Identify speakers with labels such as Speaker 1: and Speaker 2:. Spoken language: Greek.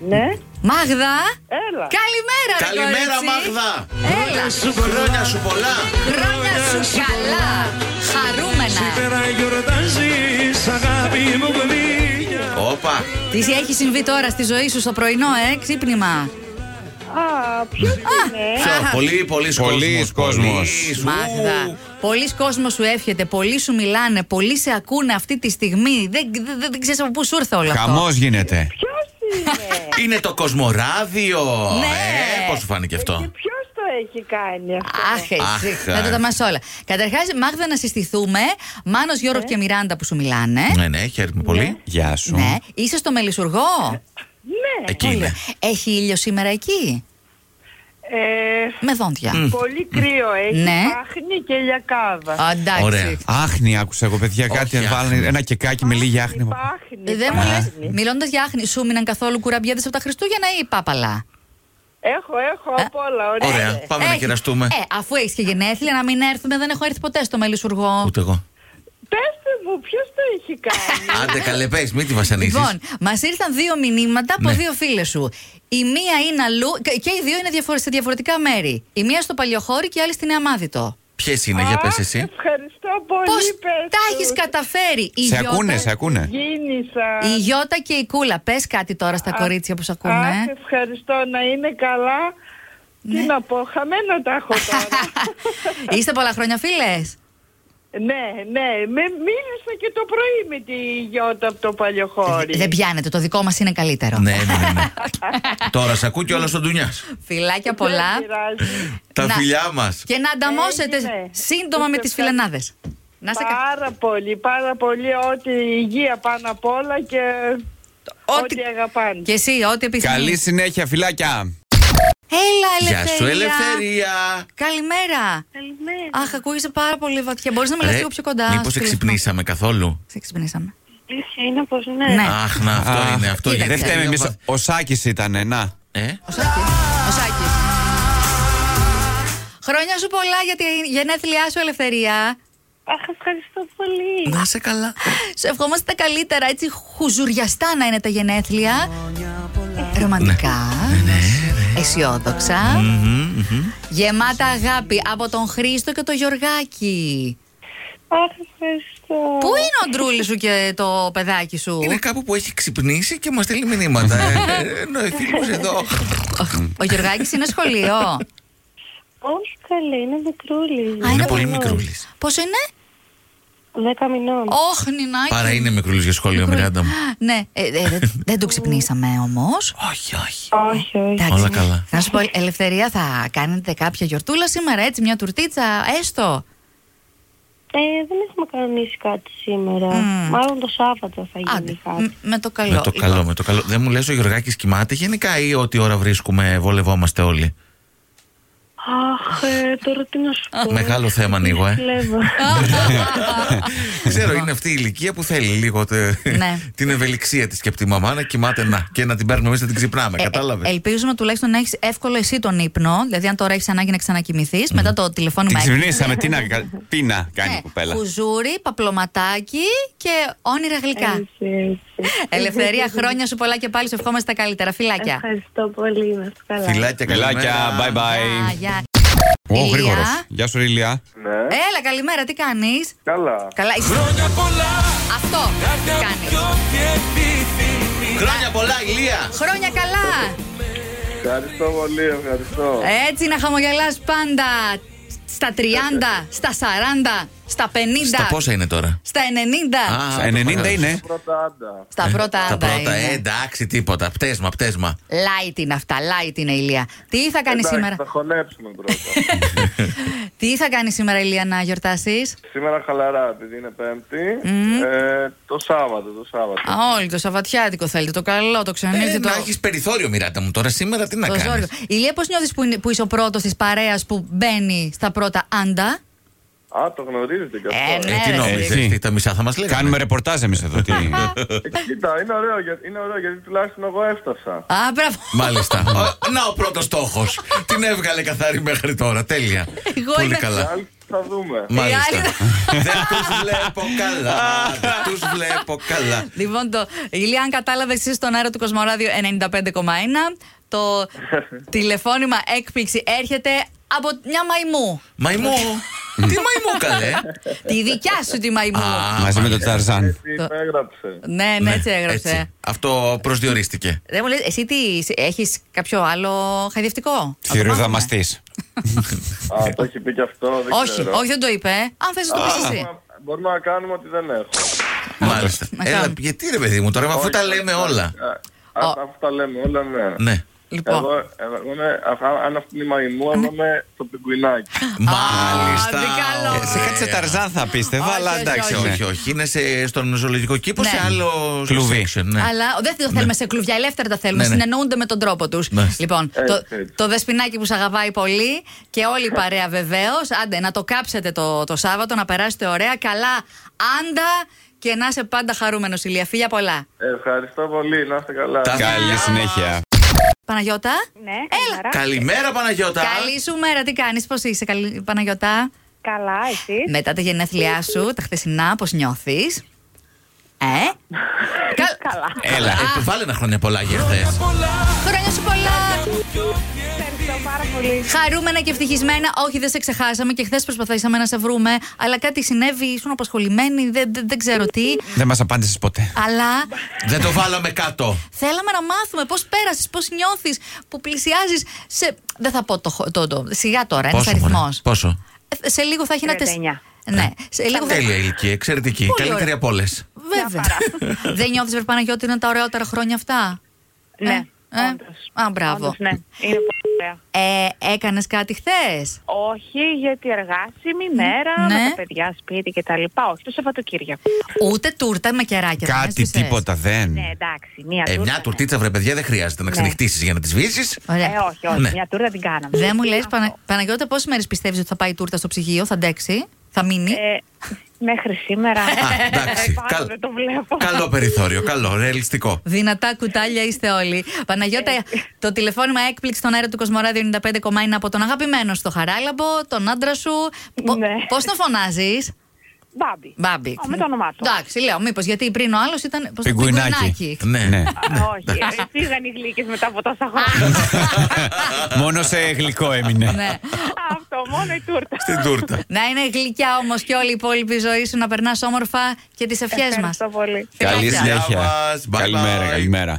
Speaker 1: Ναι,
Speaker 2: Μάγδα!
Speaker 1: έλα.
Speaker 2: Καλημέρα, ρε
Speaker 3: Καλημέρα,
Speaker 2: κορίτσι.
Speaker 3: Μάγδα!
Speaker 2: Έλα!
Speaker 3: Χρόνια σου πολλά!
Speaker 2: Χρόνια σου καλά! Χαρούμενα!
Speaker 4: Σήμερα γιορτάζεις αγάπη μου γλυκιά
Speaker 3: Όπα!
Speaker 2: Τι έχει συμβεί τώρα στη ζωή σου στο πρωινό, ε, ξύπνημα.
Speaker 1: Α, ε. ποιο είναι.
Speaker 3: Ποιο,
Speaker 2: Αχα.
Speaker 3: πολύ, πολύς
Speaker 5: Πολύς κόσμος.
Speaker 2: Μάγδα, πολλοί κόσμος σου εύχεται, πολλοί σου μιλάνε, Ναι, πολλοί σε ακούνε αυτή τη στιγμή. Δεν, δεν, δεν ξέρεις από πού σου ήρθε όλο
Speaker 5: Χαμό
Speaker 2: αυτό.
Speaker 5: γίνεται.
Speaker 1: Ποιος είναι.
Speaker 3: Είναι το Κοσμοράδιο!
Speaker 2: Ναι.
Speaker 3: Ε, Πώς σου φάνηκε
Speaker 1: Και
Speaker 3: αυτό.
Speaker 1: ποιος το έχει κάνει αυτό.
Speaker 2: Αχ, εσύ.
Speaker 3: Αχ,
Speaker 2: Θα τα
Speaker 3: αχ.
Speaker 2: μας όλα. Καταρχάς, Μάγδα, να συστηθούμε. Μάνος, Γιώργο και Μιράντα που σου μιλάνε.
Speaker 3: Ναι, ναι, χαίρομαι πολύ.
Speaker 5: Γεια σου.
Speaker 2: Ναι. Είσαι στο Μελισσουργό. Ε,
Speaker 1: Ναι.
Speaker 3: Εκεί είναι.
Speaker 2: Έχει ήλιο σήμερα εκεί.
Speaker 1: Ε,
Speaker 2: Με δόντια.
Speaker 1: πολύ κρύο έχει.
Speaker 2: Ναι.
Speaker 1: Πάχνει και λιακάδα.
Speaker 2: Α, Εντάξει.
Speaker 3: Ωραία.
Speaker 5: Άχνη, άκουσα εγώ, παιδιά,
Speaker 3: Όχι,
Speaker 5: κάτι βάλανε
Speaker 3: άχνη.
Speaker 5: ένα κεκάκι με λίγη άχνη.
Speaker 1: Πάχνει.
Speaker 2: Ε, Δεν μου
Speaker 3: Ναι.
Speaker 2: λε,
Speaker 1: πάχνει.
Speaker 2: μιλώντας για άχνη, σου μείναν καθόλου κουραμπιέδε από τα Χριστούγεννα ή πάπαλα.
Speaker 1: Έχω, έχω
Speaker 2: Α.
Speaker 1: απ' όλα. Ωραία.
Speaker 3: Ωραία, πάμε να
Speaker 2: Έχει-
Speaker 3: κεραστούμε.
Speaker 2: Ε, αφού έχεις και γενέθλια, να μην έρθουμε, δεν έχω έρθει ποτέ στο μελισσουργό.
Speaker 3: Ούτε εγώ.
Speaker 1: Πετε μου, ποιος το έχει κάνει.
Speaker 3: Άντε, καλέ, πες, μην τη βασανίσεις.
Speaker 2: Λοιπόν, μας ήρθαν δύο μηνύματα από
Speaker 3: Ναι.
Speaker 2: δύο φίλες σου. Η μία είναι αλλού και- και οι δύο είναι διαφορε- σε διαφορετικά μέρη. Η μία στο Παλιοχώρι και η άλλη στην Αμάδητο.
Speaker 3: Ποιες είναι, Ναι, για πες
Speaker 1: Αχ,
Speaker 3: εσύ.
Speaker 1: Ευχαριστώ πολύ.
Speaker 2: Πώς
Speaker 1: πες
Speaker 2: τα
Speaker 1: τους.
Speaker 2: έχεις καταφέρει, η
Speaker 5: Σε
Speaker 2: Γιώτα,
Speaker 5: ακούνε, σε ακούνε.
Speaker 1: Γίνησα.
Speaker 2: η Γιώτα και η Κούλα. Πες κάτι τώρα στα κορίτσια που σε ακούνε.
Speaker 1: Αχ, ευχαριστώ να είναι καλά.
Speaker 2: Ναι.
Speaker 1: Τι να πω, χαμένα τα έχω τώρα.
Speaker 2: Είστε πολλά χρόνια φίλες.
Speaker 1: ναι, ναι. Με μίλησα και το πρωί με τη Γιώτα από το Παλιοχώρι.
Speaker 2: Δεν πιάνετε, το δικό μας είναι καλύτερο.
Speaker 3: Ναι, ναι, ναι. ναι. Τώρα σε ακούει και όλο τον Τουνιά.
Speaker 2: Φιλάκια
Speaker 1: Δεν Ε,
Speaker 2: πολλά.
Speaker 1: πειράζει.
Speaker 3: Τα
Speaker 2: Να.
Speaker 3: φιλιά μας.
Speaker 2: Και να ανταμώσετε
Speaker 1: Έγινε.
Speaker 2: σύντομα με
Speaker 1: Είστε
Speaker 2: τις φιλενάδες. Να σε κα...
Speaker 1: Πάρα πολύ, πάρα πολύ. Ό,τι υγεία πάνω απ' όλα και ό,τι, αγαπάνε.
Speaker 2: Και εσύ, ό,τι επιθυμείς.
Speaker 5: Καλή συνέχεια, φιλάκια.
Speaker 2: Έλα, ελευθερία.
Speaker 3: Γεια σου, ελευθερία.
Speaker 2: Καλημέρα.
Speaker 6: Καλημέρα.
Speaker 2: Αχ, ακούγεσαι πάρα πολύ βαθιά. Μπορείς να
Speaker 3: Ε,
Speaker 2: μιλάς λίγο πιο κοντά.
Speaker 3: Μήπως
Speaker 2: στο τηλέφωνο.
Speaker 3: εξυπνήσαμε καθόλου.
Speaker 2: Σε ξυπνήσαμε.
Speaker 6: Αλήθεια είναι πως ναι.
Speaker 2: Ναι.
Speaker 3: Αχ, να αυτό
Speaker 5: Α,
Speaker 3: είναι αυτό.
Speaker 2: κοίταξε.
Speaker 3: γιατί
Speaker 5: Δεν φταίμε εμεί.
Speaker 3: διάβα-
Speaker 5: Ο Σάκης ήταν, να.
Speaker 3: Ε,
Speaker 2: Ο Σάκης. Ο Σάκης. Χρόνια σου πολλά για τη γενέθλιά σου ελευθερία.
Speaker 6: Αχ, ευχαριστώ πολύ.
Speaker 3: να είσαι καλά.
Speaker 2: Σου ευχόμαστε τα καλύτερα, έτσι χουζουριαστά να είναι τα γενέθλια. Ρομαντικά. Αισιόδοξα. Γεμάτα αγάπη από τον Χρήστο και τον Γιωργάκη.
Speaker 6: Αχ, ευχαριστώ.
Speaker 2: Πού είναι ο Ντρούλη σου και το παιδάκι σου,
Speaker 3: Είναι κάπου που έχει ξυπνήσει και μας στέλνει μηνύματα. Ε, ε, Εννοηθεί πως εδώ.
Speaker 2: Ο Γιωργάκης είναι σχολείο.
Speaker 6: Όχι καλή, είναι μικρούλης.
Speaker 2: Α,
Speaker 3: Είναι
Speaker 2: είναι
Speaker 3: πολύ
Speaker 2: πολύ
Speaker 3: μικρούλης.
Speaker 2: Πόσο είναι,
Speaker 6: Δέκα μηνών.
Speaker 2: Όχι, Νινάκη.
Speaker 3: Παρά είναι μικρούλης για σχολείο, Μιράντα μου.
Speaker 2: Ναι, ε, ε, δεν- δεν το ξυπνήσαμε όμως.
Speaker 3: Όχι, όχι.
Speaker 6: Όχι, όχι.
Speaker 3: Όλα καλά.
Speaker 2: Να σου πω, Ελευθερία, θα κάνετε κάποια γιορτούλα σήμερα, έτσι, μια τουρτίτσα, έστω.
Speaker 6: Ε, δεν έχουμε κανονίσει κάτι σήμερα.
Speaker 2: Μμμ.
Speaker 6: Μάλλον το Σάββατο θα γίνει
Speaker 2: Άντε,
Speaker 6: κάτι.
Speaker 2: μ- με το καλό.
Speaker 3: Με το
Speaker 2: Λοιπόν,
Speaker 3: καλό, με το καλό. Δεν μου λες ο Γιωργάκης κοιμάται γενικά ή ό,τι ώρα βρίσκουμε, βολευόμαστε όλοι.
Speaker 6: Αχ, ε, τώρα τι να σου πω.
Speaker 3: Μεγάλο θέμα ανοίγω, ε.
Speaker 6: Κλέβω.
Speaker 3: Ξέρω, είναι αυτή η ηλικία που θέλει λίγο τε-
Speaker 2: Ναι.
Speaker 3: την ευελιξία της και από τη μαμά να κοιμάται να και να την παίρνουμε εμείς να την ξυπνάμε.
Speaker 2: ε, ε,
Speaker 3: Κατάλαβες.
Speaker 2: ελπίζουμε τουλάχιστον να έχεις εύκολο εσύ τον ύπνο. Δηλαδή, αν τώρα έχεις ανάγκη να ξανακοιμηθείς, μετά το
Speaker 5: Την
Speaker 2: τηλεφώνημα έξω.
Speaker 5: ξυπνήσαμε, τι να, κα- τι να κάνει η
Speaker 2: Ναι,
Speaker 5: κουπέλα.
Speaker 2: Κουζούρι, παπλωματάκι και όνειρα γλυκά.
Speaker 6: Έτσι, έτσι.
Speaker 2: Ελευθερία, χρόνια σου πολλά και πάλι σου ευχόμαστε τα καλύτερα. Φιλάκια.
Speaker 6: Ευχαριστώ πολύ, να είστε καλά.
Speaker 3: Φιλάκια,
Speaker 5: Φιλάκια,
Speaker 3: καλημέρα.
Speaker 5: bye
Speaker 2: Γεια,
Speaker 5: bye.
Speaker 2: γεια.
Speaker 5: Ο
Speaker 2: Ηλία.
Speaker 5: γρήγορος. Γεια σου, ρε Ηλία.
Speaker 7: Ναι,
Speaker 2: Έλα, καλημέρα, τι κάνεις.
Speaker 7: καλά.
Speaker 2: Καλά, είσαι-
Speaker 4: Χρόνια πολλά
Speaker 2: αυτό κάνει.
Speaker 4: και επιθυμία
Speaker 3: Χρόνια πολλά, Ηλία.
Speaker 2: Χρόνια καλά.
Speaker 7: Ευχαριστώ πολύ, ευχαριστώ.
Speaker 2: Έτσι να χαμογελάς πάντα. Στα
Speaker 7: Ε,
Speaker 2: 30, στα 40, στα 50,
Speaker 3: Στα πόσα είναι τώρα.
Speaker 2: στα 90.
Speaker 3: Α,
Speaker 5: Στα
Speaker 3: το
Speaker 5: 90
Speaker 3: μεγάλωσε.
Speaker 5: είναι.
Speaker 7: Πρώτα άντα.
Speaker 2: Στα πρώτα
Speaker 3: Τα
Speaker 2: άντα
Speaker 3: πρώτα,
Speaker 2: είναι.
Speaker 3: ε, εντάξει, τίποτα. Πτέσμα, πτέσμα.
Speaker 2: Light είναι αυτά, light είναι ηλία. Τι θα κάνει
Speaker 7: Εντάξει,
Speaker 2: σήμερα,
Speaker 7: Θα χωνέψουμε πρώτα.
Speaker 2: τι θα κάνει σήμερα ηλία να γιορτάσεις
Speaker 7: Σήμερα χαλαρά, επειδή είναι Πέμπτη. Ε, το Σάββατο, το Σάββατο.
Speaker 2: Α, όλοι το Σαββατιάτικο θέλετε, το καλό, το
Speaker 3: Ε,
Speaker 2: ξενύχτη, το.
Speaker 3: να έχεις περιθώριο, Μιράτα μου. Τώρα σήμερα τι να
Speaker 2: το
Speaker 3: κάνεις.
Speaker 2: ζόργο. Ηλία, πώς νιώθεις που, είναι- που είσαι ο πρώτος της παρέας που μπαίνει στα πρώτα άντα.
Speaker 7: Α, το γνωρίζετε κι
Speaker 2: Ε,
Speaker 7: αυτό.
Speaker 3: Ε,
Speaker 2: Ναι,
Speaker 3: τι
Speaker 2: ρε,
Speaker 3: νόμιζε,
Speaker 5: εσύ.
Speaker 3: τα μισά θα μας λέγανε.
Speaker 5: Κάνουμε ρεπορτάζ εμείς εδώ. τι-
Speaker 7: Ε, Κοίτα, είναι ωραίο, γιατί, είναι ωραίο γιατί τουλάχιστον εγώ έφτασα.
Speaker 2: ναι. Α, μπράβο.
Speaker 3: Μάλιστα. Ο- Να ο πρώτος στόχος. Την έβγαλε καθαρή μέχρι τώρα. Τέλεια.
Speaker 2: Εγώ
Speaker 3: Πολύ
Speaker 2: είμαι-
Speaker 3: καλά.
Speaker 7: Άλλοι θα δούμε.
Speaker 3: Μάλιστα.
Speaker 2: Οι άλλοι
Speaker 3: Δεν τους βλέπω καλά. Δεν τους βλέπω καλά.
Speaker 2: Λοιπόν, το Ηλία, αν κατάλαβες εσύ στον αέρα του Κοσμοράδιου 95,1, το τηλεφώνημα έκπληξη έρχεται από μια μαϊμού.
Speaker 3: Μαϊμού. Τι μαϊμού καλέ.
Speaker 2: τη δικιά σου τη μαϊμού.
Speaker 3: Α,
Speaker 5: Μαζί με τον
Speaker 3: μάλιστα.
Speaker 5: Ταρζάν.
Speaker 7: Τι το έγραψε.
Speaker 2: ναι, ναι, έτσι έγραψε.
Speaker 3: έτσι. Αυτό προσδιορίστηκε.
Speaker 2: Δεν μου λες, εσύ τι, έχεις κάποιο άλλο χαϊδευτικό.
Speaker 5: Θηροδαμαστή.
Speaker 7: Α, το έχει πει και αυτό. Δεν
Speaker 2: Όχι,
Speaker 7: ξέρω.
Speaker 2: όχι, δεν το είπε. Αν θες να το πεις εσύ.
Speaker 7: Μπορούμε- Μπορούμε να κάνουμε ότι δεν έχω.
Speaker 3: Μάλιστα.
Speaker 2: Να
Speaker 3: Έλα,
Speaker 2: κάνουμε.
Speaker 3: γιατί ρε παιδί μου, τώρα αφού
Speaker 7: Όχι,
Speaker 3: τα
Speaker 7: όχι,
Speaker 3: λέμε
Speaker 7: όχι.
Speaker 3: όλα.
Speaker 7: Α,
Speaker 2: Ο-
Speaker 7: Αφού τα λέμε όλα, ναι.
Speaker 3: Ναι.
Speaker 2: Λοιπόν. Ναι.
Speaker 7: Εγώ, εγώ είμαι, αφα- αν αυτή είναι η μαϊμού, εγώ είμαι το πιγκουινάκι.
Speaker 3: Μάλιστα.
Speaker 2: τι καλό.
Speaker 3: Ωραία.
Speaker 5: Ε, Σε κάτι σε Ταρζάν θα πίστευα,
Speaker 2: Όχι,
Speaker 5: αλλά
Speaker 2: όχι,
Speaker 5: εντάξει.
Speaker 3: Όχι,
Speaker 5: ναι.
Speaker 3: όχι, όχι. Είναι σε, στον ζωολογικό κήπο
Speaker 2: Ναι.
Speaker 3: σε άλλο
Speaker 5: Κλουβί.
Speaker 3: section, Ναι.
Speaker 2: Αλλά δεν το θέλουμε σε κλουβιά, ελεύθερα τα θέλουμε.
Speaker 3: Ναι, ναι.
Speaker 2: Συνεννοούνται με τον τρόπο τους.
Speaker 3: Μάλιστα.
Speaker 2: Λοιπόν, το,
Speaker 7: Έτσι, Ναι. έτσι.
Speaker 2: το δεσπινάκι που σα αγαπάει πολύ και όλη η παρέα βεβαίως. Άντε, να το κάψετε το, το Σάββατο, να περάσετε ωραία. Καλά, άντα και να είσαι πάντα χαρούμενος, ηλία. Φίλια πολλά.
Speaker 7: Ευχαριστώ πολύ, να είστε καλά.
Speaker 3: Τα-
Speaker 5: Καλή συνέχεια.
Speaker 2: Παναγιώτα.
Speaker 6: Ναι, καλημέρα.
Speaker 3: Καλημέρα Παναγιώτα.
Speaker 2: Καλή σου μέρα, τι κάνεις, πώς είσαι, καλή, Παναγιώτα.
Speaker 6: Καλά, ε, εσύ.
Speaker 2: Μετά τα γενέθλιά σου, τα χτεσινά, πώς νιώθεις. Ε. Κα-
Speaker 6: Καλά.
Speaker 3: Έλα. Ε, βάλε ένα χρόνια πολλά για χθες.
Speaker 2: Χρόνια σου πολλά!
Speaker 6: Ευχαριστώ πάρα πολύ.
Speaker 2: Χαρούμενα και ευτυχισμένα. Όχι, δεν σε ξεχάσαμε και χθες προσπαθήσαμε να σε βρούμε. Αλλά κάτι συνέβη, ήσουν απασχολημένοι, δεν, δεν, δεν ξέρω τι.
Speaker 5: Δεν μας απάντησες ποτέ.
Speaker 2: Αλλά
Speaker 3: Δεν το βάλαμε κάτω.
Speaker 2: θέλαμε να μάθουμε πώς πέρασες, πώς νιώθεις, που πλησιάζεις σε. Δεν θα πω το. χο- το, το σιγά τώρα, ένας
Speaker 3: μωρέ,
Speaker 2: αριθμός.
Speaker 3: Πόσο.
Speaker 2: Σε λίγο θα έχει ένα τεσ...
Speaker 6: 39.
Speaker 2: Ναι, σε λίγο θα
Speaker 3: Τέλεια ηλικία, εξαιρετική.
Speaker 2: Πολύ
Speaker 3: Καλύτερη
Speaker 2: ωραία.
Speaker 3: από όλες.
Speaker 2: Βέβαια. δεν νιώθεις, Βερ Παναγιώτη, είναι τα ωραιότερα χρόνια αυτά.
Speaker 6: Ναι,
Speaker 2: Ε, ε,
Speaker 6: όντως.
Speaker 2: α, μπράβο.
Speaker 6: Όντως, ναι. Είναι πολύ ωραία.
Speaker 2: Ε, Έκανες κάτι χθες.
Speaker 6: Όχι, γιατί εργάσιμη μέρα,
Speaker 2: Ναι.
Speaker 6: με τα παιδιά σπίτι και τα λοιπά. Όχι, το Σαββατοκύριακο.
Speaker 2: Ούτε τούρτα με κεράκια. δεν
Speaker 5: Κάτι
Speaker 2: έσπισες.
Speaker 5: τίποτα δεν.
Speaker 6: Ναι, εντάξει, μία
Speaker 3: Ε,
Speaker 6: τούρτα.
Speaker 3: μια
Speaker 6: ναι.
Speaker 3: τουρτίτσα, βρε παιδιά, δεν χρειάζεται να ξενυχτήσεις για να τη σβήσει.
Speaker 2: Ωραία.
Speaker 6: Ε, όχι, όχι,
Speaker 3: Ναι.
Speaker 6: μία τούρτα την κάναμε.
Speaker 2: Δεν μου λε, Πανα... Παναγιώτα, πόσες μέρες πιστεύεις ότι θα πάει η τούρτα στο ψυγείο, θα αντέξει, θα μείνει.
Speaker 6: Ε, μέχρι σήμερα.
Speaker 3: Α, εντάξει.
Speaker 6: Πάνω
Speaker 3: Καλ-
Speaker 6: Δεν το βλέπω.
Speaker 3: Καλό περιθώριο, καλό, ρεαλιστικό.
Speaker 2: Δυνατά κουτάλια είστε όλοι. Παναγιώτα,
Speaker 6: ε,
Speaker 2: το τηλεφώνημα έκπληξη στον αέρα του Κοσμοράδιο 95,1 από τον αγαπημένο στο Χαράλαμπο, τον άντρα σου.
Speaker 6: Ναι.
Speaker 2: Πώς τον φωνάζεις,
Speaker 6: Μπάμπι.
Speaker 2: Μπάμπη.
Speaker 6: Α, με το όνομά του.
Speaker 2: Εντάξει, λέω, μήπως γιατί πριν ο άλλος ήταν. πώς-
Speaker 5: Πιγκουινάκι.
Speaker 2: πιγκουινάκι.
Speaker 3: Ναι.
Speaker 5: Ναι.
Speaker 6: Όχι, ε, φύγαν οι γλύκες μετά από τόσα χρόνια.
Speaker 5: Μόνο σε γλυκό έμεινε.
Speaker 2: Ναι.
Speaker 6: Αυτό, μόνο η τούρτα.
Speaker 3: Στην τούρτα.
Speaker 2: Να είναι γλυκιά όμως και όλη η υπόλοιπη ζωή σου να περνάς όμορφα και τις ευχές μα.
Speaker 6: Ευχαριστώ πολύ.
Speaker 5: Καλή
Speaker 2: Φιλάκια.
Speaker 5: συνέχεια.
Speaker 3: Γεια μας. Bye bye.
Speaker 5: Καλημέρα, καλημέρα.